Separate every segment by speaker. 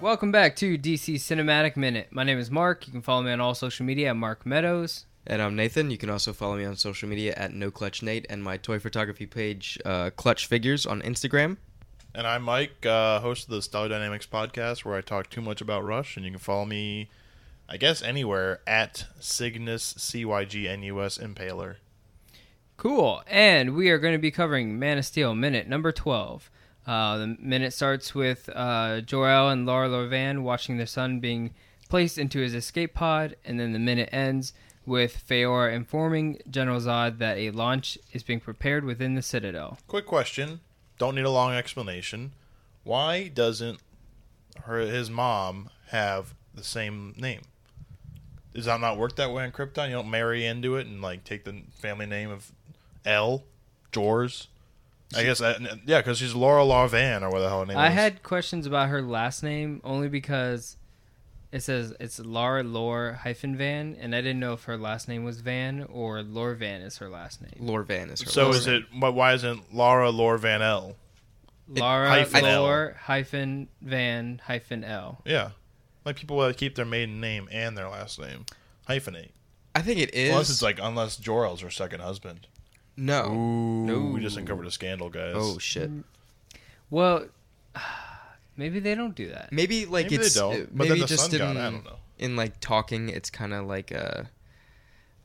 Speaker 1: Welcome back to DC Cinematic Minute. My name is Mark. You can follow me on all social media at Mark Meadows.
Speaker 2: And I'm Nathan. You can also follow me on social media at No Clutch Nate and my toy photography page, uh, Clutch Figures, on Instagram.
Speaker 3: And I'm Mike, uh, host of the Stellar Dynamics podcast, where I talk too much about Rush, and you can follow me, I guess, anywhere at Cygnus C Y G N U S Impaler.
Speaker 1: Cool. And we are going to be covering Man of Steel Minute number 12. Uh, the minute starts with uh, Jor-El and Lara Lovan watching their son being placed into his escape pod, and then the minute ends with Feora informing General Zod that a launch is being prepared within the Citadel.
Speaker 3: Quick question. Don't need a long explanation. Why doesn't her his mom have the same name? Does that not work that way on Krypton? You don't marry into it and like take the family name of L Jors. I guess I, yeah, because she's Laura Larvan or what the hell her name
Speaker 1: I
Speaker 3: is.
Speaker 1: had questions about her last name only because it says it's Lara Lore hyphen Van, and I didn't know if her last name was Van or Lorvan is her last name.
Speaker 2: Lorvan is her
Speaker 3: so
Speaker 2: last
Speaker 3: is
Speaker 2: name.
Speaker 3: it? But why isn't Laura Larvan L?
Speaker 1: Lara
Speaker 3: hyphen L.
Speaker 1: Lore hyphen Van hyphen L.
Speaker 3: Yeah, like people that keep their maiden name and their last name hyphenate.
Speaker 2: I think it is.
Speaker 3: Unless it's like unless Jor-El's her second husband.
Speaker 2: no.
Speaker 3: Ooh, we just uncovered a scandal, guys.
Speaker 2: Oh shit!
Speaker 1: Mm. Well, maybe they don't do that.
Speaker 2: Maybe like
Speaker 3: maybe
Speaker 2: it's
Speaker 3: they don't.
Speaker 2: uh,
Speaker 3: but then
Speaker 2: maybe
Speaker 3: the
Speaker 2: just
Speaker 3: sun
Speaker 2: in
Speaker 3: god, I don't know.
Speaker 2: in like talking, it's kind of like uh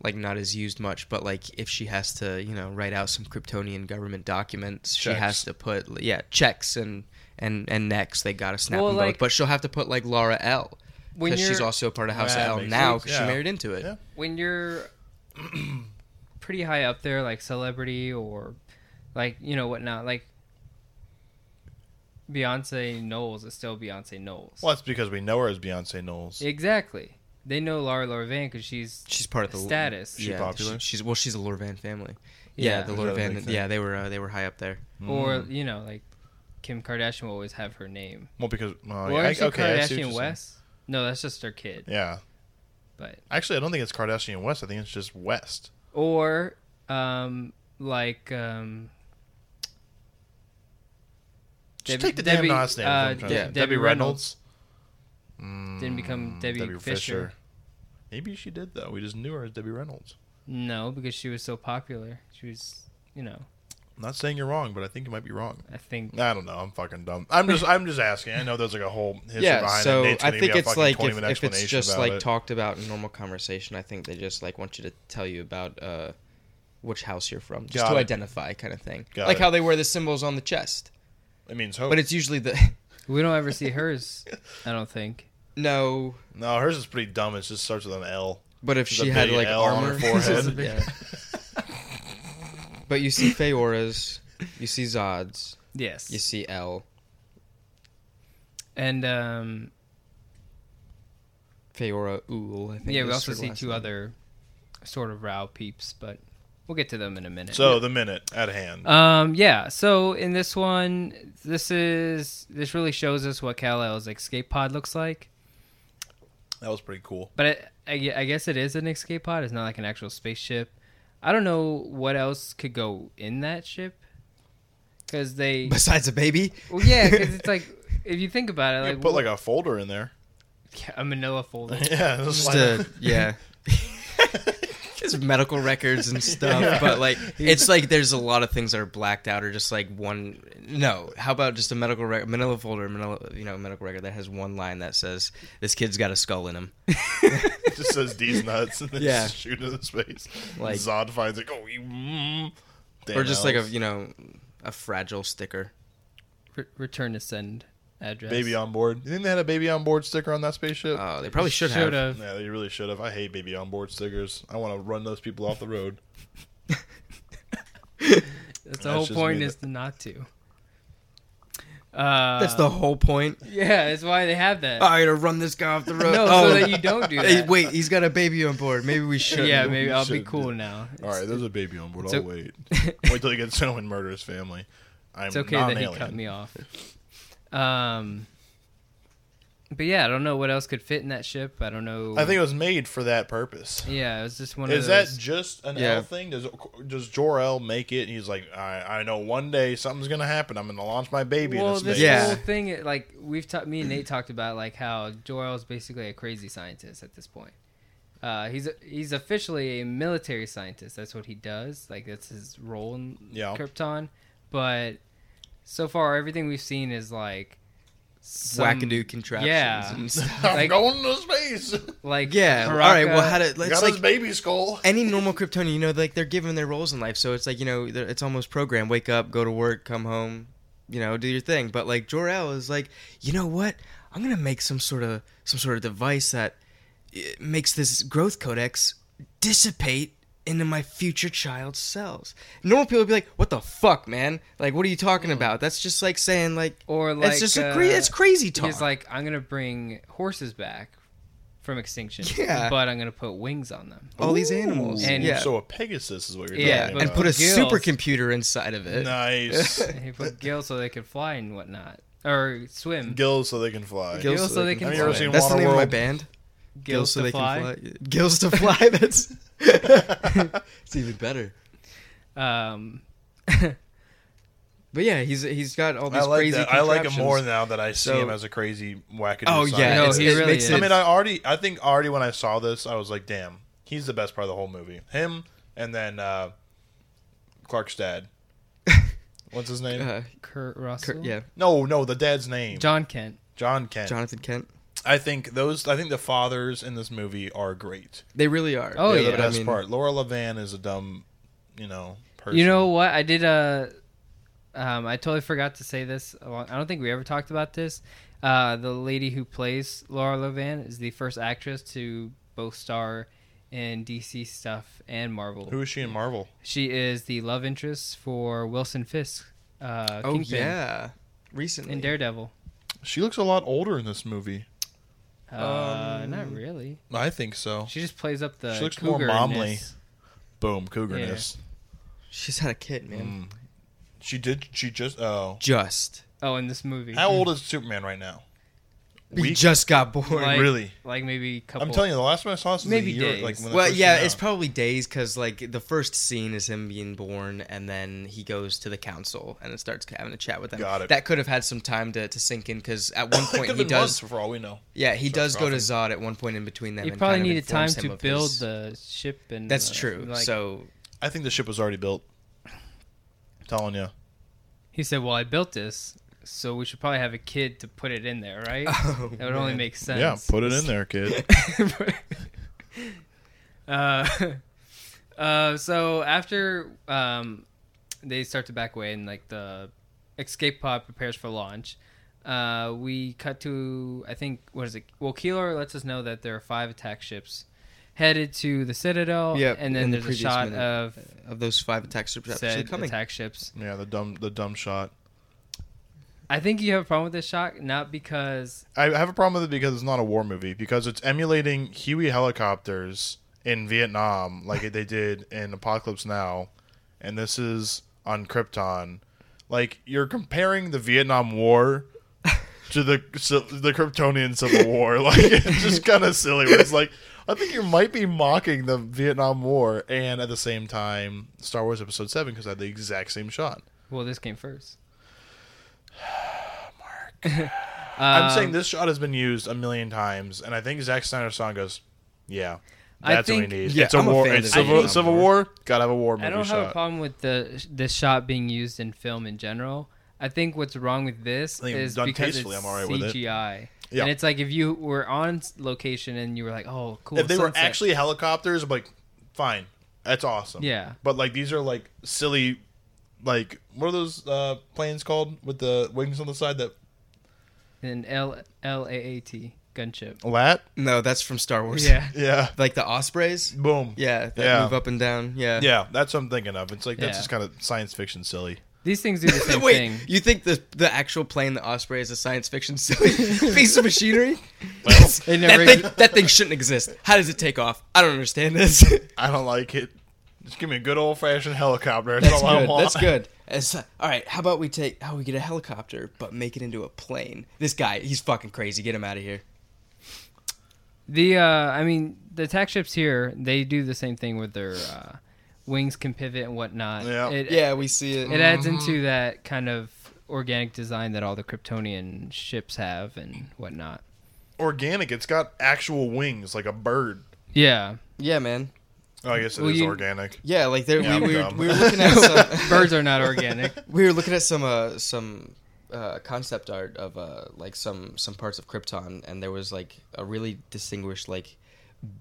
Speaker 2: like not as used much. But like if she has to, you know, write out some Kryptonian government documents, she has
Speaker 3: Checks.
Speaker 2: to put yeah checks and and and necks. They gotta snap
Speaker 1: Well,
Speaker 2: them
Speaker 1: like-
Speaker 2: both. But she'll have to put like Laura L.
Speaker 1: When
Speaker 2: Because she's
Speaker 1: you're-
Speaker 2: also part of House
Speaker 3: That
Speaker 2: L
Speaker 3: makes
Speaker 2: now
Speaker 3: sense.
Speaker 2: because she
Speaker 3: Yeah.
Speaker 2: married into it.
Speaker 3: Yeah.
Speaker 1: when you're pretty high up there, like celebrity or like you know whatnot, like Beyonce Knowles is still Beyonce Knowles.
Speaker 3: Well, that's because we know her as Beyonce Knowles.
Speaker 1: Exactly. They know Lara Lorvan because she's
Speaker 2: She's part of the
Speaker 1: Status.
Speaker 2: Yeah,
Speaker 3: She popular?
Speaker 2: she- she's well, she's a Lorvan family. Yeah,
Speaker 1: Yeah.
Speaker 2: the
Speaker 3: Is that a big
Speaker 2: Lorvan.
Speaker 3: thing?
Speaker 2: Yeah, they were uh, they were high up there.
Speaker 3: Hmm. Mm-hmm.
Speaker 1: or you know like Kim Kardashian will always have her name.
Speaker 3: Well, because well,
Speaker 1: or
Speaker 3: Oh, yeah, I-
Speaker 1: is it
Speaker 3: okay, I see what
Speaker 1: Kardashian
Speaker 3: you're
Speaker 1: West? No, that's just her kid.
Speaker 3: saying. Yeah,
Speaker 1: But
Speaker 3: actually, I don't think it's Kardashian West. I think it's just West.
Speaker 1: or um like um
Speaker 3: Just
Speaker 1: Debbie-
Speaker 3: take the damn
Speaker 1: Debbie,
Speaker 3: last name.
Speaker 1: uh,
Speaker 3: I'm trying to-
Speaker 1: De-
Speaker 3: Debbie,
Speaker 1: Debbie
Speaker 3: Reynolds. Hmm,
Speaker 1: didn't become Debbie,
Speaker 3: Debbie
Speaker 1: Fisher.
Speaker 3: Fisher. Maybe she did though. We just knew her as Debbie Reynolds.
Speaker 1: No, because she was so popular. She was, you know,
Speaker 3: I'm not saying you're wrong, but I think you might be wrong.
Speaker 1: I think
Speaker 3: I don't know. I'm fucking dumb. I'm just I'm just asking. I know there's like a whole history
Speaker 2: yeah,
Speaker 3: behind
Speaker 2: so
Speaker 3: it. Nate's
Speaker 2: I
Speaker 3: gonna give
Speaker 2: think
Speaker 3: me a
Speaker 2: it's
Speaker 3: fucking
Speaker 2: like
Speaker 3: 20
Speaker 2: if,
Speaker 3: minute
Speaker 2: if it's
Speaker 3: explanation
Speaker 2: just
Speaker 3: about
Speaker 2: like
Speaker 3: it.
Speaker 2: talked about in normal conversation, I think they just like want you to tell you about uh, which house you're from, just
Speaker 3: Got
Speaker 2: to
Speaker 3: it.
Speaker 2: identify, kind of thing.
Speaker 3: Got
Speaker 2: like
Speaker 3: it. Oh.
Speaker 2: how they wear the symbols on the chest,
Speaker 3: It means hope.
Speaker 2: but it's usually the
Speaker 1: we don't ever see hers. I don't think.
Speaker 2: no.
Speaker 3: no, hers is pretty dumb. It just starts with an L.
Speaker 2: But if
Speaker 3: It's a
Speaker 2: she had
Speaker 3: big
Speaker 2: like
Speaker 3: L on her
Speaker 2: armor,
Speaker 3: forehead.
Speaker 2: yeah. But you see Feoras, you see Zods,
Speaker 1: Yes.
Speaker 2: you see L.
Speaker 1: And um,
Speaker 2: Feora Ool, I think.
Speaker 1: yeah,
Speaker 2: is
Speaker 1: we
Speaker 2: her
Speaker 1: also see
Speaker 2: last
Speaker 1: two
Speaker 2: name.
Speaker 1: other sort of row peeps, but we'll get to them in a minute.
Speaker 3: So the minute at
Speaker 2: Uh,
Speaker 3: hand.
Speaker 1: Um, yeah. So in this one, this is this really shows us what Kal El's escape pod looks like.
Speaker 3: That was pretty cool.
Speaker 1: But it, I, gue- I guess it is an escape pod. It's not like an actual spaceship. I don't know what else could go in that ship because they.
Speaker 2: Besides a baby,
Speaker 1: Well, yeah, because it's like if you think about it,
Speaker 3: You
Speaker 1: like,
Speaker 3: could put like a folder in there.
Speaker 1: yeah, a Manila folder.
Speaker 3: Yeah, just
Speaker 2: just
Speaker 3: like-
Speaker 2: a yeah. It's medical records and stuff, but like it's like there's a lot of things that are blacked out or just like one. No, how about just a medical record, Manila folder, Manila, you know, medical record that has one line that says this kid's got a skull in him.
Speaker 3: It just says these nuts and then
Speaker 2: Yeah.
Speaker 3: just shoot in his face.
Speaker 2: Like-
Speaker 3: Zod finds it. Oh, you. Mm, damn
Speaker 2: or just like a
Speaker 3: elves.
Speaker 2: you know a fragile sticker.
Speaker 1: Re- return to send address.
Speaker 3: baby on board. You think they had a baby on board sticker on that spaceship?
Speaker 2: Oh, they probably should have.
Speaker 1: Should've.
Speaker 3: yeah, they really should have. I hate baby on board stickers. I want to run those people off the road.
Speaker 1: That's the
Speaker 3: That's
Speaker 1: whole
Speaker 3: just
Speaker 1: point
Speaker 3: me
Speaker 1: is not to. Uh,
Speaker 2: That's the whole point. Oh,
Speaker 1: yeah. That's why they have that.
Speaker 2: I gotta run this guy off the road.
Speaker 1: no,
Speaker 2: oh,
Speaker 1: so that you don't do
Speaker 2: hey,
Speaker 1: that.
Speaker 2: wait, he's got a baby on board. Maybe we should.
Speaker 1: yeah, maybe I'll be
Speaker 3: shouldn't do
Speaker 1: cool now.
Speaker 3: All right, there's a baby on board.
Speaker 1: it's
Speaker 3: I'll
Speaker 1: o-
Speaker 3: wait. Wait till he gets home and murder his family. I'm
Speaker 1: It's okay
Speaker 3: not
Speaker 1: that
Speaker 3: an
Speaker 1: he
Speaker 3: alien.
Speaker 1: cut me off. Um, But yeah, I don't know what else could fit in that ship. I don't know.
Speaker 3: I think it was made for that purpose.
Speaker 1: Yeah, it was just one
Speaker 3: Is
Speaker 1: of
Speaker 3: that
Speaker 1: those.
Speaker 3: just an
Speaker 2: Yeah.
Speaker 3: L thing? Does does Jor El make it? And he's like, I I know one day something's gonna happen. I'm gonna launch my baby in
Speaker 1: well,
Speaker 3: this
Speaker 1: this
Speaker 3: space.
Speaker 2: Yeah.
Speaker 1: whole thing, it- like we've talked, me and Nate talked about, like how Jor-El is basically a crazy scientist at this point. Uh, he's he's officially a military scientist. That's what he does. Like that's his role in
Speaker 3: Yeah.
Speaker 1: Krypton. But so far, everything we've seen is like some-
Speaker 2: wackadoo contraptions.
Speaker 1: yeah.
Speaker 2: And stuff.
Speaker 3: I'm
Speaker 1: Like-
Speaker 3: going to space.
Speaker 1: Like
Speaker 2: Yeah. All right. Well, how
Speaker 1: Baraka-
Speaker 2: to let's
Speaker 3: Got
Speaker 2: like
Speaker 3: his baby skull.
Speaker 2: any normal Kryptonian, you know, like they're given their roles in life, so it's like you know, they're- it's almost programmed. Wake up, go to work, come home, you know, do your thing. But like Jor El is like, you know what? I'm gonna make some sort of some sort of device that it makes this growth codex dissipate into my future child's cells. Normal people would be like, "What the fuck, man? Like, what are you talking about? That's just like saying like,
Speaker 1: Or
Speaker 2: it's
Speaker 1: Mm. like,
Speaker 2: just a
Speaker 1: uh,
Speaker 2: cra- it's crazy talk."
Speaker 1: He's like, I'm gonna bring horses back from extinction.
Speaker 2: Yeah.
Speaker 1: But I'm gonna put wings on them.
Speaker 2: all these animals,
Speaker 1: And-
Speaker 2: yeah,
Speaker 3: So a Pegasus is what you're
Speaker 1: Yeah,
Speaker 2: yeah,
Speaker 3: talking
Speaker 1: but-
Speaker 2: and
Speaker 3: about.
Speaker 2: put a
Speaker 1: Gills.
Speaker 2: supercomputer inside of it.
Speaker 3: nice
Speaker 1: And he put gills so they could fly and whatnot, or swim.
Speaker 3: gills so they can fly.
Speaker 1: Gills so they can
Speaker 3: Have you ever fly. seen
Speaker 2: That's the name of my
Speaker 3: Waterworld?
Speaker 2: band.
Speaker 1: Gills to fly.
Speaker 2: can fly. Gills to fly. That's it's even better.
Speaker 1: Um,
Speaker 2: But yeah, he's he's got all these
Speaker 3: I like
Speaker 2: crazy.
Speaker 3: that. I like him more
Speaker 2: contraptions.
Speaker 3: now that I see
Speaker 2: So-
Speaker 3: him as a crazy wackadoo.
Speaker 2: Oh yeah,
Speaker 1: No,
Speaker 2: it's-
Speaker 1: he
Speaker 2: it
Speaker 1: really
Speaker 2: makes
Speaker 1: is.
Speaker 2: it-
Speaker 3: I mean, I already, I think already when I saw this, I was like, damn, he's the best part of the whole movie. Him and then uh, Clark's dad. What's his name?
Speaker 2: uh,
Speaker 1: Kurt
Speaker 2: Cur-
Speaker 1: Russell.
Speaker 2: yeah,
Speaker 3: no, no, the dad's name. John,
Speaker 1: John Kent.
Speaker 3: Kent.
Speaker 2: Jonathan Kent.
Speaker 3: I think those, I think the fathers in this movie are great.
Speaker 2: They really are.
Speaker 1: Oh,
Speaker 3: They're
Speaker 1: yeah.
Speaker 3: the
Speaker 2: I
Speaker 3: best
Speaker 2: mean,
Speaker 3: part. Laura Levan is a dumb, you know, person.
Speaker 1: You know what? I did a. Um, I totally forgot to say this. a long- I don't think we ever talked about this. Uh, the lady who plays Laura Lovan is the first actress to both star in DC stuff and Marvel.
Speaker 3: who is she in Marvel?
Speaker 1: She is the love interest for Wilson Fisk. Uh,
Speaker 2: Oh
Speaker 1: Kingpin
Speaker 2: yeah, recently.
Speaker 1: In Daredevil.
Speaker 3: She looks a lot older in this movie.
Speaker 1: Uh,
Speaker 2: Um,
Speaker 1: not really.
Speaker 3: I think so.
Speaker 1: She just plays up the.
Speaker 3: She looks more
Speaker 1: cougar-ness.
Speaker 3: Boom, cougerness.
Speaker 2: She's had a kid, man.
Speaker 3: Mm. She did. She just. Oh,
Speaker 2: Just
Speaker 1: Oh, in this movie.
Speaker 3: how old is Superman right now?
Speaker 2: we
Speaker 3: Weak?
Speaker 2: just got born.
Speaker 1: Like-
Speaker 3: really?
Speaker 1: Like maybe a couple.
Speaker 3: I'm telling you, the last time I saw this was
Speaker 1: Maybe
Speaker 3: a year,
Speaker 1: days.
Speaker 3: like when it
Speaker 2: well,
Speaker 3: first
Speaker 2: yeah,
Speaker 3: came
Speaker 2: it's
Speaker 3: out.
Speaker 2: probably days because like the first scene is him being born, and then he goes to the council and it starts having a chat with them.
Speaker 3: Got it.
Speaker 2: That could have had some time to, to sink in because at one
Speaker 3: It
Speaker 2: point
Speaker 3: could've
Speaker 2: he
Speaker 3: been
Speaker 2: does.
Speaker 3: months for all we know.
Speaker 2: Yeah, he
Speaker 3: Sorry,
Speaker 2: does go to
Speaker 3: coughing.
Speaker 2: Zod at one point in between them.
Speaker 1: You
Speaker 2: and
Speaker 1: probably
Speaker 2: kind of
Speaker 1: needed time
Speaker 2: informs him
Speaker 1: to
Speaker 2: of
Speaker 1: build
Speaker 2: his-
Speaker 1: the ship and.
Speaker 2: That's
Speaker 1: uh,
Speaker 2: true.
Speaker 1: like-
Speaker 2: so
Speaker 3: I think the ship was already built. telling you,
Speaker 1: He said, "Well, I built this, so we should probably have a kid to put it in there, right?
Speaker 2: Oh,
Speaker 1: that would only
Speaker 2: man.
Speaker 1: make sense."
Speaker 3: yeah, put it in there, kid.
Speaker 1: uh, uh, so after um, they start to back away and like the escape pod prepares for launch, uh, we cut to I think what is it? Well, Keeler lets us know that there are five attack ships headed to the Citadel,
Speaker 2: Yep,
Speaker 1: and then
Speaker 2: in the
Speaker 1: there's a
Speaker 2: previous
Speaker 1: shot
Speaker 2: minute.
Speaker 1: of
Speaker 2: of those five attacks are actually
Speaker 1: said
Speaker 2: coming.
Speaker 1: attack ships.
Speaker 3: yeah, the dumb, the dumb shot.
Speaker 1: I think you have a problem with this shot, not because
Speaker 3: I have a problem with it because it's not a war movie because it's emulating Huey helicopters in Vietnam like they did in Apocalypse Now, and this is on Krypton. Like you're comparing the Vietnam War to the so, the Kryptonian Civil War. Like it's just kind of silly. Where it's like I think you might be mocking the Vietnam War and at the same time Star Wars Episode Seven because I had the exact same shot.
Speaker 1: well, this came first. Mark,
Speaker 3: I'm saying this shot has been used a million times, and I think Zack Snyder's song goes, "Yeah,
Speaker 1: I
Speaker 3: that's what
Speaker 1: think-
Speaker 3: we need.
Speaker 2: Yeah,
Speaker 3: it's a
Speaker 2: I'm a
Speaker 3: war.
Speaker 2: fan
Speaker 3: it's
Speaker 2: of
Speaker 3: civil,
Speaker 2: Vietnam
Speaker 3: civil
Speaker 2: War.
Speaker 3: war. Gotta have a war movie
Speaker 1: I don't have a
Speaker 3: shot.
Speaker 1: problem with the this shot being used in film in general. I think what's wrong with this
Speaker 3: I think
Speaker 1: is
Speaker 3: done
Speaker 1: because it's
Speaker 3: tastefully, I'm all right with it.
Speaker 1: CGI.
Speaker 3: Yeah.
Speaker 1: And it's like if you were on s- location and you were like, "Oh, cool."
Speaker 3: if they were
Speaker 1: sunset.
Speaker 3: actually helicopters, I'm like, fine, that's awesome.
Speaker 1: Yeah.
Speaker 3: but like these are like silly, like what are those uh, planes called with the wings on the side? That
Speaker 1: an L L A A T gunship.
Speaker 3: lat?
Speaker 2: No, that's from Star Wars.
Speaker 1: Yeah.
Speaker 3: Yeah,
Speaker 2: like the Ospreys.
Speaker 3: boom.
Speaker 2: Yeah, that
Speaker 3: Yeah.
Speaker 2: move up and down. Yeah,
Speaker 3: yeah, that's what I'm thinking of. It's like that's
Speaker 1: Yeah.
Speaker 3: just kind of science fiction silly.
Speaker 1: These things do the same
Speaker 2: Wait,
Speaker 1: thing.
Speaker 2: you think the the actual plane, the Osprey, is a science fiction silly piece of machinery?
Speaker 1: It
Speaker 2: that,
Speaker 1: never
Speaker 2: thing, that thing shouldn't exist. How does it take off? I don't understand this.
Speaker 3: I don't like it. Just give me a good old fashioned helicopter. That's,
Speaker 2: That's
Speaker 3: all I
Speaker 2: good.
Speaker 3: want.
Speaker 2: That's good. It's like, all right, how about we take how we get a helicopter but make it into a plane? This guy, he's fucking crazy. Get him out of here.
Speaker 1: The uh, I mean, the attack ships here they do the same thing with their uh, wings can pivot and whatnot.
Speaker 3: Yeah.
Speaker 1: It,
Speaker 2: Yeah, we see it.
Speaker 1: It adds into that kind of organic design that all the Kryptonian ships have and whatnot.
Speaker 3: Organic. It's got actual wings like a bird.
Speaker 1: Yeah,
Speaker 2: Yeah, man.
Speaker 3: Oh, I guess it is
Speaker 1: Well, you-
Speaker 3: organic.
Speaker 2: Yeah, like there
Speaker 3: Yeah, I'm
Speaker 2: we, we, were,
Speaker 3: dumb.
Speaker 2: we were looking at some
Speaker 1: birds are not organic.
Speaker 2: we were looking at some uh some uh concept art of uh like some some parts of Krypton and there was like a really distinguished like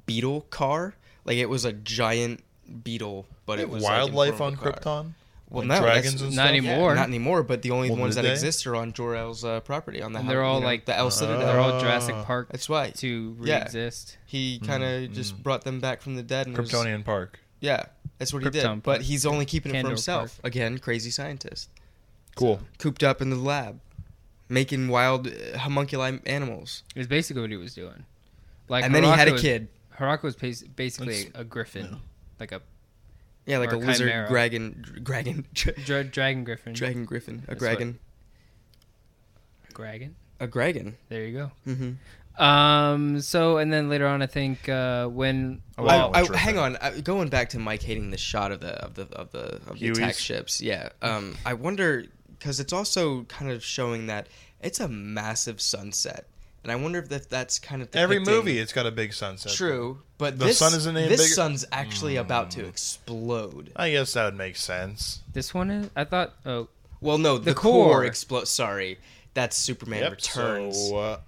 Speaker 2: beetle car. Like it was a giant beetle, but it was like, in
Speaker 3: Wildlife
Speaker 2: form
Speaker 3: on
Speaker 2: of a car.
Speaker 3: Krypton.
Speaker 2: Well,
Speaker 3: Like
Speaker 2: no,
Speaker 3: dragons
Speaker 2: that's-
Speaker 3: and
Speaker 1: Not
Speaker 3: stuff.
Speaker 1: anymore.
Speaker 2: Not anymore, but the only
Speaker 3: Well,
Speaker 2: ones
Speaker 3: did
Speaker 2: that
Speaker 3: they? Uh,
Speaker 2: exist are on Jor-El's uh, property on the
Speaker 1: And
Speaker 2: hel-
Speaker 1: they're all
Speaker 2: you know,
Speaker 1: like-
Speaker 2: the El Citadel.
Speaker 1: They're all Jurassic
Speaker 3: Ah.
Speaker 1: Park
Speaker 2: That's why
Speaker 1: to
Speaker 2: Yeah.
Speaker 1: re-exist.
Speaker 2: he kind of just brought them back from the dead. And was-
Speaker 3: Hmm. Kryptonian Park.
Speaker 2: yeah, that's what he did.
Speaker 1: Krypton
Speaker 2: But
Speaker 1: Park.
Speaker 2: he's only keeping it for
Speaker 1: Kandor
Speaker 2: himself. Again, crazy scientist,
Speaker 3: Cool.
Speaker 2: cooped up in the lab, making wild uh, homunculi animals,
Speaker 1: Is basically what he was doing. Like,
Speaker 2: and then he had
Speaker 1: Haraka
Speaker 2: a
Speaker 1: was-
Speaker 2: kid.
Speaker 1: Haraka was bas- basically
Speaker 3: That's-
Speaker 1: a griffin, like a
Speaker 2: Yeah, like
Speaker 1: or
Speaker 2: a lizard,
Speaker 1: chimera.
Speaker 2: dragon, dr- dragon, dra-
Speaker 1: dra- dragon griffin.
Speaker 2: dragon griffin, a
Speaker 1: That's
Speaker 2: dragon,
Speaker 1: Dragon.
Speaker 2: a dragon.
Speaker 1: There you go.
Speaker 2: Mm-hmm.
Speaker 1: Um. So, and then later on, I think uh, when
Speaker 3: Oh,
Speaker 1: well,
Speaker 3: wow.
Speaker 2: I,
Speaker 3: tripping.
Speaker 2: I, hang on. I, going back to Mike hating the shot of the of the of the, of the attack
Speaker 3: Hueys?
Speaker 2: ships. Yeah. Um. I wonder because it's also kind of showing that it's a massive sunset, and I wonder if that, that's kind of
Speaker 3: Every
Speaker 2: depicting-
Speaker 3: movie, it's got a big sunset.
Speaker 2: True, but
Speaker 3: The
Speaker 2: this
Speaker 3: sun isn't any
Speaker 2: this
Speaker 3: bigger- Mm.
Speaker 2: sun's actually about to explode.
Speaker 3: I guess that would make sense.
Speaker 1: this one is, I thought. Oh,
Speaker 2: Well, no, the,
Speaker 1: core.
Speaker 2: core, explodes. Sorry, that's Superman Returns.
Speaker 3: So, uh,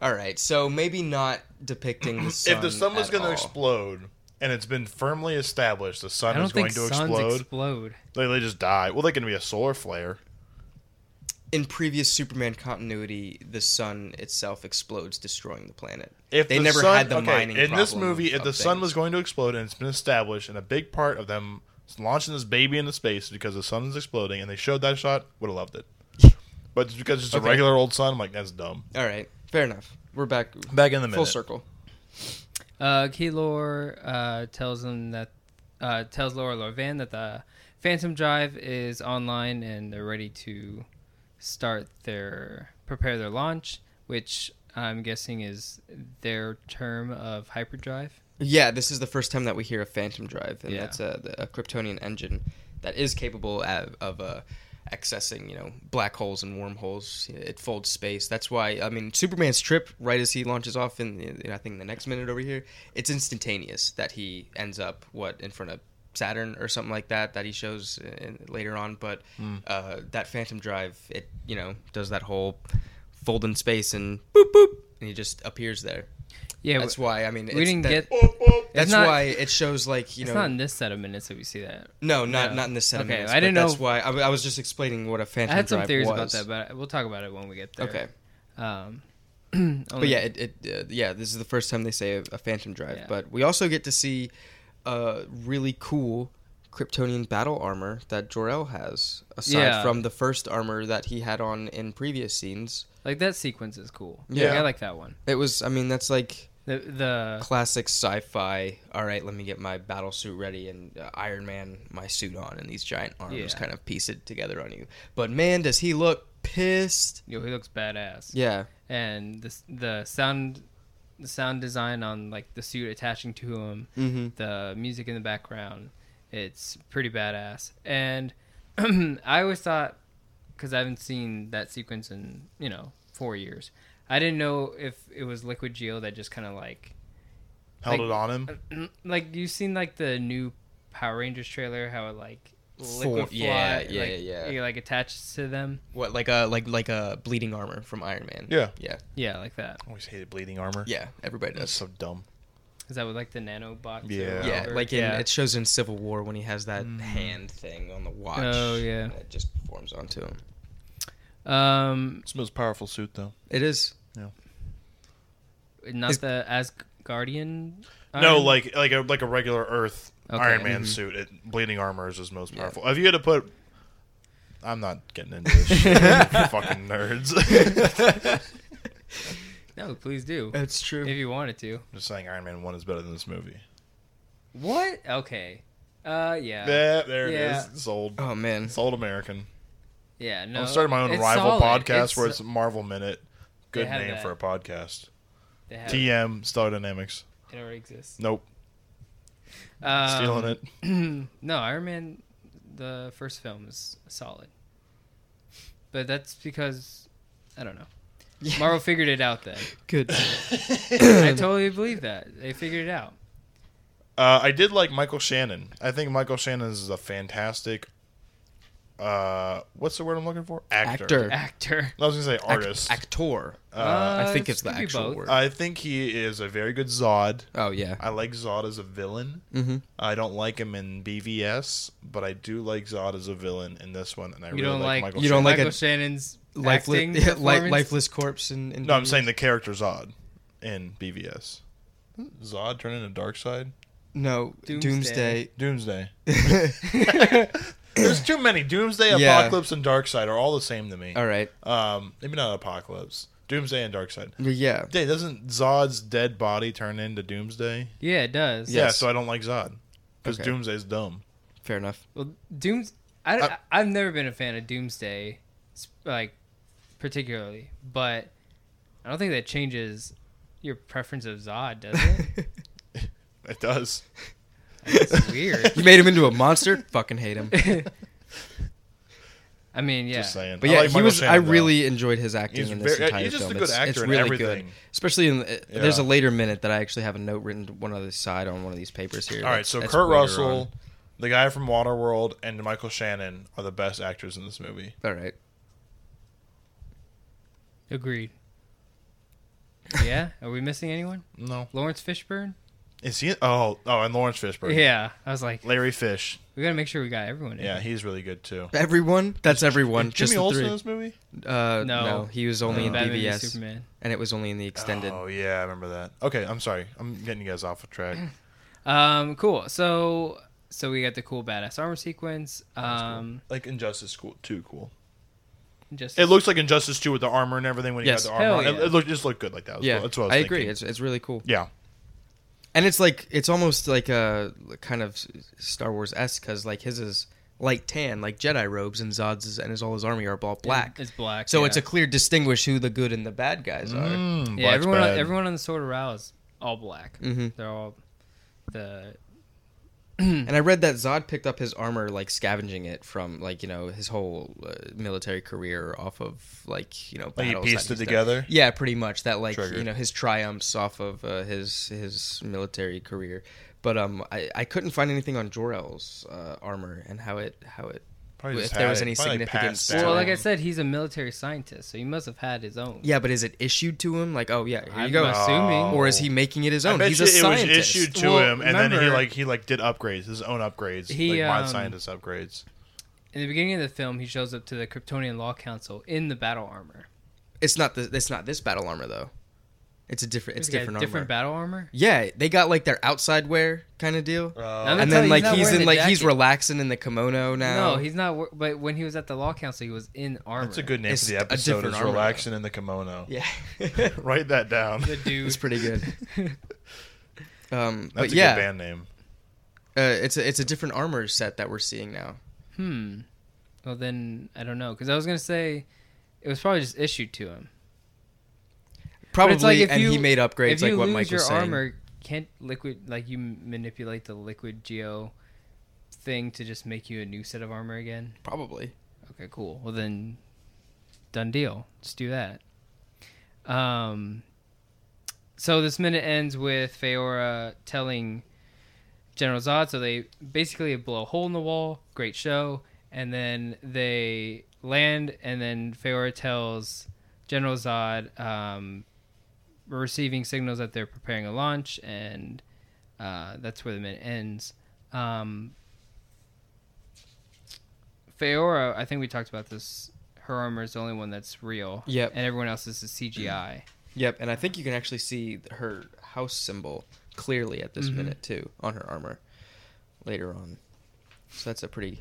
Speaker 2: All right, so maybe not depicting the sun.
Speaker 3: if the sun was
Speaker 2: at
Speaker 3: going to
Speaker 2: all.
Speaker 3: explode, and it's been firmly established the
Speaker 1: I
Speaker 3: sun
Speaker 1: don't
Speaker 3: is going
Speaker 1: think
Speaker 3: to
Speaker 1: suns
Speaker 3: explode,
Speaker 1: explode.
Speaker 3: they, they just die. Well, they can be a solar flare.
Speaker 2: in previous Superman continuity, the sun itself explodes, destroying the planet.
Speaker 3: If
Speaker 2: they
Speaker 3: the
Speaker 2: never
Speaker 3: sun-
Speaker 2: had the
Speaker 3: okay,
Speaker 2: mining
Speaker 3: in this
Speaker 2: problem
Speaker 3: movie,
Speaker 2: of-
Speaker 3: if the
Speaker 2: of
Speaker 3: sun
Speaker 2: things.
Speaker 3: was going to explode, and it's been established, and a big part of them launching this baby into space because the sun is exploding, and they showed that shot, would have loved it. But just because it's
Speaker 2: Okay.
Speaker 3: a regular old sun, I'm like that's dumb.
Speaker 2: all right, fair enough. We're back
Speaker 3: Back in the
Speaker 2: full
Speaker 3: minute.
Speaker 2: circle.
Speaker 1: Uh, Keylor uh, tells him that uh, tells Laura Lorvan that the Phantom Drive is online and they're ready to start their prepare their launch, which I'm guessing is their term of hyperdrive.
Speaker 2: Yeah, this is the first time that we hear a Phantom Drive, and
Speaker 1: Yeah.
Speaker 2: that's a, the- a Kryptonian engine that is capable of, of uh, accessing, you know, black holes and wormholes. It folds space. That's why, I mean, Superman's trip right as he launches off in, in I think the next minute over here, it's instantaneous that he ends up what in front of Saturn or something like that that he shows in, later on. But uh, that Phantom Drive, it you know does that whole fold in space and boop boop, and he just appears there.
Speaker 1: Yeah,
Speaker 2: That's
Speaker 1: we,
Speaker 2: why I mean
Speaker 1: we
Speaker 2: it's
Speaker 1: didn't
Speaker 2: that-
Speaker 1: get.
Speaker 2: that's
Speaker 1: not-
Speaker 2: why it shows like you
Speaker 1: It's
Speaker 2: know.
Speaker 1: not in this set of minutes that we see that.
Speaker 2: no, not
Speaker 1: yeah.
Speaker 2: not in this set. of
Speaker 1: Okay,
Speaker 2: minutes,
Speaker 1: I
Speaker 2: but
Speaker 1: didn't
Speaker 2: That's
Speaker 1: know-
Speaker 2: why I, I was just explaining what a
Speaker 1: I
Speaker 2: phantom.
Speaker 1: had some
Speaker 2: drive
Speaker 1: theories
Speaker 2: was.
Speaker 1: about that, but we'll talk about it when we get there.
Speaker 2: okay,
Speaker 1: Um,
Speaker 2: but yeah, it, it uh, yeah, this is the first time they say a, a phantom drive.
Speaker 1: Yeah.
Speaker 2: But we also get to see a really cool Kryptonian battle armor that Jor El has, aside
Speaker 1: Yeah.
Speaker 2: from the first armor that he had on in previous scenes.
Speaker 1: like that sequence is cool.
Speaker 2: Yeah.
Speaker 1: Like, I like that one.
Speaker 2: It was, I mean, that's like
Speaker 1: The the
Speaker 2: classic sci-fi. All right, let me get my battle suit ready and uh, Iron Man my suit on, and these giant arms
Speaker 1: Yeah.
Speaker 2: kind of piece it together on you. But man, does he look pissed!
Speaker 1: yo, he looks badass.
Speaker 2: Yeah,
Speaker 1: and the the sound the sound design on like the suit attaching to him,
Speaker 2: Mhm.
Speaker 1: the music in the background, it's pretty badass. And I always thought because I haven't seen that sequence in you know four years, I didn't know if it was Liquid Geo that just kind of like
Speaker 3: Held
Speaker 1: Like- uh,
Speaker 3: it on him.
Speaker 1: like you've seen like the new Power Rangers trailer how it like
Speaker 2: Form-
Speaker 1: liquid
Speaker 2: yeah, yeah,
Speaker 1: like,
Speaker 2: yeah.
Speaker 1: it, like attaches to them
Speaker 2: what like a like like a bleeding armor from Iron Man.
Speaker 3: Yeah.
Speaker 2: yeah,
Speaker 1: yeah like that
Speaker 3: Always hated bleeding armor.
Speaker 2: yeah. Everybody
Speaker 3: that's
Speaker 2: does.
Speaker 3: so dumb.
Speaker 1: is that what like the nanobots or
Speaker 3: Yeah.
Speaker 2: Yeah, Mm.
Speaker 1: whatever?
Speaker 2: like in,
Speaker 1: yeah.
Speaker 2: it shows in Civil War when he has that hand thing on the watch.
Speaker 1: Oh, yeah.
Speaker 2: and it just forms onto him.
Speaker 1: um
Speaker 3: It's the most powerful suit though.
Speaker 2: It is.
Speaker 1: not
Speaker 2: Is-
Speaker 1: the Asgardian.
Speaker 3: No,
Speaker 1: Iron-
Speaker 3: like like a like a regular Earth
Speaker 1: Okay.
Speaker 3: Iron Man suit. It, bleeding armor is his most powerful. If you had to put, I'm not getting into this. shit, you fucking nerds.
Speaker 1: no, please do
Speaker 2: It's true.
Speaker 1: if you wanted to.
Speaker 3: Just saying, Iron Man One is better than this movie.
Speaker 1: What? Okay, Uh, yeah.
Speaker 3: Yeah, there it
Speaker 1: Yeah.
Speaker 3: is. It's old.
Speaker 2: Oh man,
Speaker 3: It's old American.
Speaker 1: yeah, no.
Speaker 3: I'm starting my own
Speaker 1: it's
Speaker 3: rival
Speaker 1: solid.
Speaker 3: podcast
Speaker 1: It's-
Speaker 3: where it's Marvel Minute.
Speaker 1: They
Speaker 3: Good
Speaker 1: have
Speaker 3: name
Speaker 1: that.
Speaker 3: for a podcast.
Speaker 1: they have- it
Speaker 3: TM Star Dynamics.
Speaker 1: already exists.
Speaker 3: Nope,
Speaker 1: Um,
Speaker 3: stealing it.
Speaker 1: No, Iron Man, the first film is solid, but that's because I don't know. Marvel figured it out then.
Speaker 2: good.
Speaker 1: I totally believe that they figured it out.
Speaker 3: Uh, I did like Michael Shannon. I think Michael Shannon is a fantastic. Uh, what's the word I'm looking for? Actor.
Speaker 2: Actor.
Speaker 1: Actor.
Speaker 3: I was gonna say artist.
Speaker 2: actor.
Speaker 3: Uh,
Speaker 2: I think
Speaker 1: this
Speaker 2: it's the
Speaker 1: could be
Speaker 2: actual
Speaker 1: both.
Speaker 2: word.
Speaker 3: I think he is a very good Zod.
Speaker 2: oh yeah.
Speaker 3: I like Zod as a villain.
Speaker 2: Mm-hmm.
Speaker 3: I don't like him in BVS, but I do like Zod as a villain in this one, and I
Speaker 1: You
Speaker 3: really
Speaker 1: don't
Speaker 3: like,
Speaker 1: like-
Speaker 3: Michael.
Speaker 2: You don't
Speaker 3: Shannon.
Speaker 2: like
Speaker 1: Michael
Speaker 2: a
Speaker 1: Shannon's acting
Speaker 2: Lifeless,
Speaker 1: performance?
Speaker 2: lifeless corpse. And, and
Speaker 3: No, I'm saying the character Zod in BVS. Zod turned into Dark Side.
Speaker 2: no.
Speaker 1: Doomsday.
Speaker 2: Doomsday.
Speaker 3: Doomsday. There's too many. Doomsday,
Speaker 2: Yeah.
Speaker 3: Apocalypse, and Dark Side are all the same to me.
Speaker 2: All right.
Speaker 3: Um, maybe not Apocalypse. Doomsday and Dark Side.
Speaker 2: But yeah.
Speaker 3: Hey, doesn't Zod's dead body turn into Doomsday?
Speaker 1: Yeah, it does.
Speaker 3: Yeah,
Speaker 2: Yes.
Speaker 3: so I don't like Zod because
Speaker 2: Okay.
Speaker 3: Doomsday's dumb.
Speaker 2: Fair enough.
Speaker 1: Well, Dooms. I,
Speaker 3: I-
Speaker 1: I, have never been a fan of Doomsday, s- like particularly, but I don't think that changes your preference of Zod, does it?
Speaker 3: It does.
Speaker 1: It's weird.
Speaker 2: You made him into a monster. Fucking hate him.
Speaker 1: I mean, yeah.
Speaker 3: Just saying.
Speaker 2: But
Speaker 3: I
Speaker 2: yeah,
Speaker 3: like
Speaker 2: he
Speaker 3: Michael
Speaker 2: was. I
Speaker 3: Shannon, though.
Speaker 2: really enjoyed his acting
Speaker 3: He's
Speaker 2: in this
Speaker 3: very- uh,
Speaker 2: entire
Speaker 3: he's just a
Speaker 2: film.
Speaker 3: good
Speaker 2: it's,
Speaker 3: actor
Speaker 2: it's
Speaker 3: in
Speaker 2: really
Speaker 3: everything.
Speaker 2: good, especially in. uh,
Speaker 3: Yeah.
Speaker 2: There's a later minute that I actually have a note written to one on the side on one of these papers here.
Speaker 3: All right,
Speaker 2: That's-
Speaker 3: so
Speaker 2: that's
Speaker 3: Kurt
Speaker 2: later
Speaker 3: Russell, the guy from Waterworld, and Michael Shannon are the best actors in this movie.
Speaker 2: on. All right.
Speaker 1: Agreed. Yeah. Are we missing anyone?
Speaker 3: No,
Speaker 1: Lawrence Fishburne.
Speaker 3: is he? Oh, oh, and Lawrence Fishburne.
Speaker 1: Yeah. I was like,
Speaker 3: Larry Fish.
Speaker 1: we gotta make sure we got everyone. In.
Speaker 3: Yeah, he's really good too.
Speaker 2: Everyone. That's everyone.
Speaker 3: Is
Speaker 2: just
Speaker 3: Jimmy
Speaker 2: the
Speaker 3: Olsen
Speaker 2: three.
Speaker 3: in this movie?
Speaker 2: Uh, no.
Speaker 1: No.
Speaker 2: he was only in
Speaker 1: Batman v
Speaker 2: BVS,
Speaker 1: Superman.
Speaker 2: and it was only in the extended.
Speaker 3: Oh yeah, I remember that. Okay, I'm sorry, I'm getting you guys off of track.
Speaker 1: Um, cool. So, so we got the cool badass armor sequence. Um,
Speaker 3: Like Injustice cool, too cool.
Speaker 1: just
Speaker 3: It looks like Injustice two with the armor and everything when he
Speaker 2: Yes.
Speaker 3: got the armor.
Speaker 1: Hell
Speaker 3: on. It-
Speaker 1: yeah.
Speaker 3: It, looked just looked good like that.
Speaker 2: Yeah,
Speaker 3: that's what
Speaker 2: I,
Speaker 3: I, was thinking.
Speaker 2: agree. It's it's really cool,
Speaker 3: yeah,
Speaker 2: and it's like it's almost like a kind of s- Star Wars esque because like his is light tan, like Jedi robes, and Zod's is, and his all his army are all black.
Speaker 1: It's black.
Speaker 2: So
Speaker 1: yeah.
Speaker 2: it's a clear distinguish who the good and the bad guys are.
Speaker 3: Mm,
Speaker 1: yeah.
Speaker 3: Black's
Speaker 1: Everyone,
Speaker 3: bad.
Speaker 1: everyone on the Sword of Ra is all black.
Speaker 2: Mhm.
Speaker 1: They're all the
Speaker 2: And I read that Zod picked up his armor like scavenging it from like you know his whole uh, military career off of like you know
Speaker 3: Like he
Speaker 2: battles
Speaker 3: pieced
Speaker 2: that
Speaker 3: it
Speaker 2: he's done.
Speaker 3: together.
Speaker 2: Yeah, pretty much that like
Speaker 3: Triggered.
Speaker 2: you know his triumphs off of uh, his his military career. But um, I, I couldn't find anything on Jor El's uh, armor and how it how it
Speaker 3: Probably
Speaker 2: if
Speaker 3: just
Speaker 2: there
Speaker 3: had
Speaker 2: was
Speaker 3: it.
Speaker 2: any
Speaker 3: Probably, like,
Speaker 2: significance.
Speaker 3: passed
Speaker 2: to
Speaker 3: down.
Speaker 1: Well,
Speaker 2: it.
Speaker 1: like I said, he's a military scientist, so he must have had his own.
Speaker 2: yeah, but is it issued to him like oh yeah here
Speaker 1: I'm
Speaker 2: you go,
Speaker 1: assuming.
Speaker 3: Oh.
Speaker 2: or is he making it his own?
Speaker 3: I bet
Speaker 2: He's
Speaker 3: you
Speaker 2: a
Speaker 3: it
Speaker 2: scientist.
Speaker 3: was issued to
Speaker 1: Well,
Speaker 3: him, and then he
Speaker 1: remember-
Speaker 3: like he like did upgrades, his own upgrades,
Speaker 1: He,
Speaker 3: like mod
Speaker 1: um,
Speaker 3: scientist upgrades.
Speaker 1: In the beginning of the film, he shows up to the Kryptonian Law Council in the battle armor.
Speaker 2: It's not the, it's not this battle armor though. It's a different it's
Speaker 1: He's got
Speaker 2: different armor.
Speaker 1: different battle armor.
Speaker 2: Yeah, they got like their outside wear kind of deal.
Speaker 1: I'm
Speaker 2: Uh,
Speaker 1: telling
Speaker 2: and then
Speaker 1: you,
Speaker 2: like
Speaker 1: not
Speaker 2: he's
Speaker 1: wearing
Speaker 2: in
Speaker 1: the
Speaker 2: like he's
Speaker 1: jacket.
Speaker 2: relaxing in the kimono now.
Speaker 1: No, he's not. wor- But when he was at the Law Council, he was in armor.
Speaker 3: That's a good name
Speaker 2: It's
Speaker 3: for the
Speaker 2: a
Speaker 3: episode.
Speaker 2: different
Speaker 3: Is
Speaker 2: armor,
Speaker 3: relaxing in the kimono.
Speaker 2: yeah. Um,
Speaker 3: Write that down.
Speaker 1: The dude.
Speaker 2: It's pretty good. um
Speaker 3: That's
Speaker 2: but
Speaker 3: a
Speaker 2: yeah,
Speaker 3: good band name.
Speaker 2: uh, it's a, it's a different armor set that we're seeing now.
Speaker 1: hmm. Well, then I don't know because I was gonna say it was probably just issued to him.
Speaker 2: Probably
Speaker 1: it's like if
Speaker 2: and
Speaker 1: you-
Speaker 2: he made upgrades
Speaker 1: if you
Speaker 2: like what
Speaker 1: lose
Speaker 2: Mike
Speaker 1: your
Speaker 2: was saying.
Speaker 1: armor, can't liquid like you manipulate the liquid geo thing to just make you a new set of armor again?
Speaker 2: Probably.
Speaker 1: Okay, cool. Well then, done deal. Let's do that. Um, so this minute ends with Feora telling General Zod. So they basically blow a hole in the wall. Great show. And then they land, and then Feora tells General Zod, um, "We're receiving signals that they're preparing a launch," and uh, that's where the minute ends. Um, Feora, I think we talked about this. Her armor is the only one that's real.
Speaker 2: Yep.
Speaker 1: And everyone else is the CGI.
Speaker 2: Yep, and I think you can actually see her house symbol clearly at this
Speaker 1: Mhm.
Speaker 2: minute too on her armor later on. So that's a pretty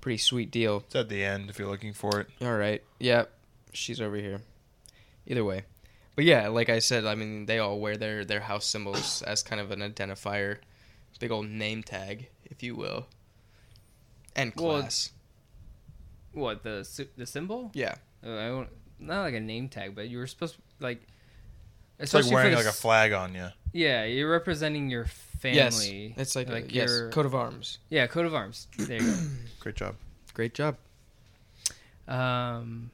Speaker 2: pretty sweet deal.
Speaker 3: It's at the end if you're looking for it.
Speaker 2: All right. Yeah, she's over here. Either way, but yeah, like I said, I mean, they all wear their their house symbols as kind of an identifier, big old name tag. if you will, and
Speaker 1: Well,
Speaker 2: class.
Speaker 1: What the sy- the symbol?
Speaker 2: yeah,
Speaker 1: Uh, I don't, not like a name tag, but you were supposed to, like.
Speaker 3: It's like
Speaker 1: especially for
Speaker 3: wearing
Speaker 1: the
Speaker 3: like a
Speaker 1: s-
Speaker 3: flag on you.
Speaker 1: Yeah, you're representing your family.
Speaker 2: yes, it's like, a, yes,
Speaker 1: your-
Speaker 2: coat of arms.
Speaker 1: yeah, coat of arms. There you
Speaker 3: Great job.
Speaker 2: Great job.
Speaker 1: go. Um,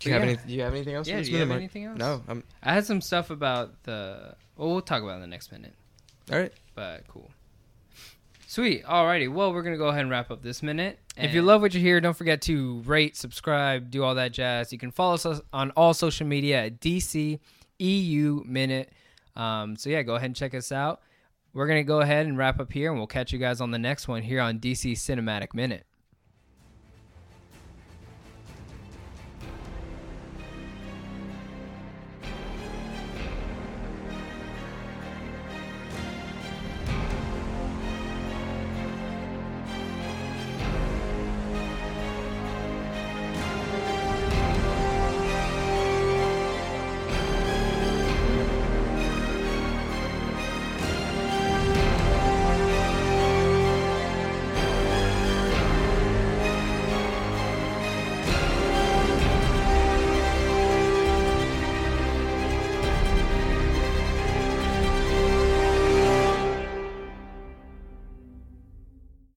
Speaker 2: Do you
Speaker 1: But
Speaker 2: have
Speaker 1: yeah.
Speaker 2: any? Do you have anything else?
Speaker 1: Yeah,
Speaker 2: for
Speaker 1: do
Speaker 2: this
Speaker 1: you have
Speaker 2: minute, Mark?
Speaker 1: anything else?
Speaker 2: No. I'm,
Speaker 1: I had some stuff about the. Well, we'll talk about it in the next minute.
Speaker 2: all right.
Speaker 1: but cool. Sweet. Alrighty. Well, we're gonna go ahead and wrap up this minute.
Speaker 4: If you
Speaker 1: and-
Speaker 4: love what you hear, don't forget to rate, subscribe, do all that jazz. You can follow us on all social media at DCEU Minute. Um, so, yeah, go ahead and check us out. We're going to go ahead and wrap up here, and we'll catch you guys on the next one here on DC Cinematic Minute.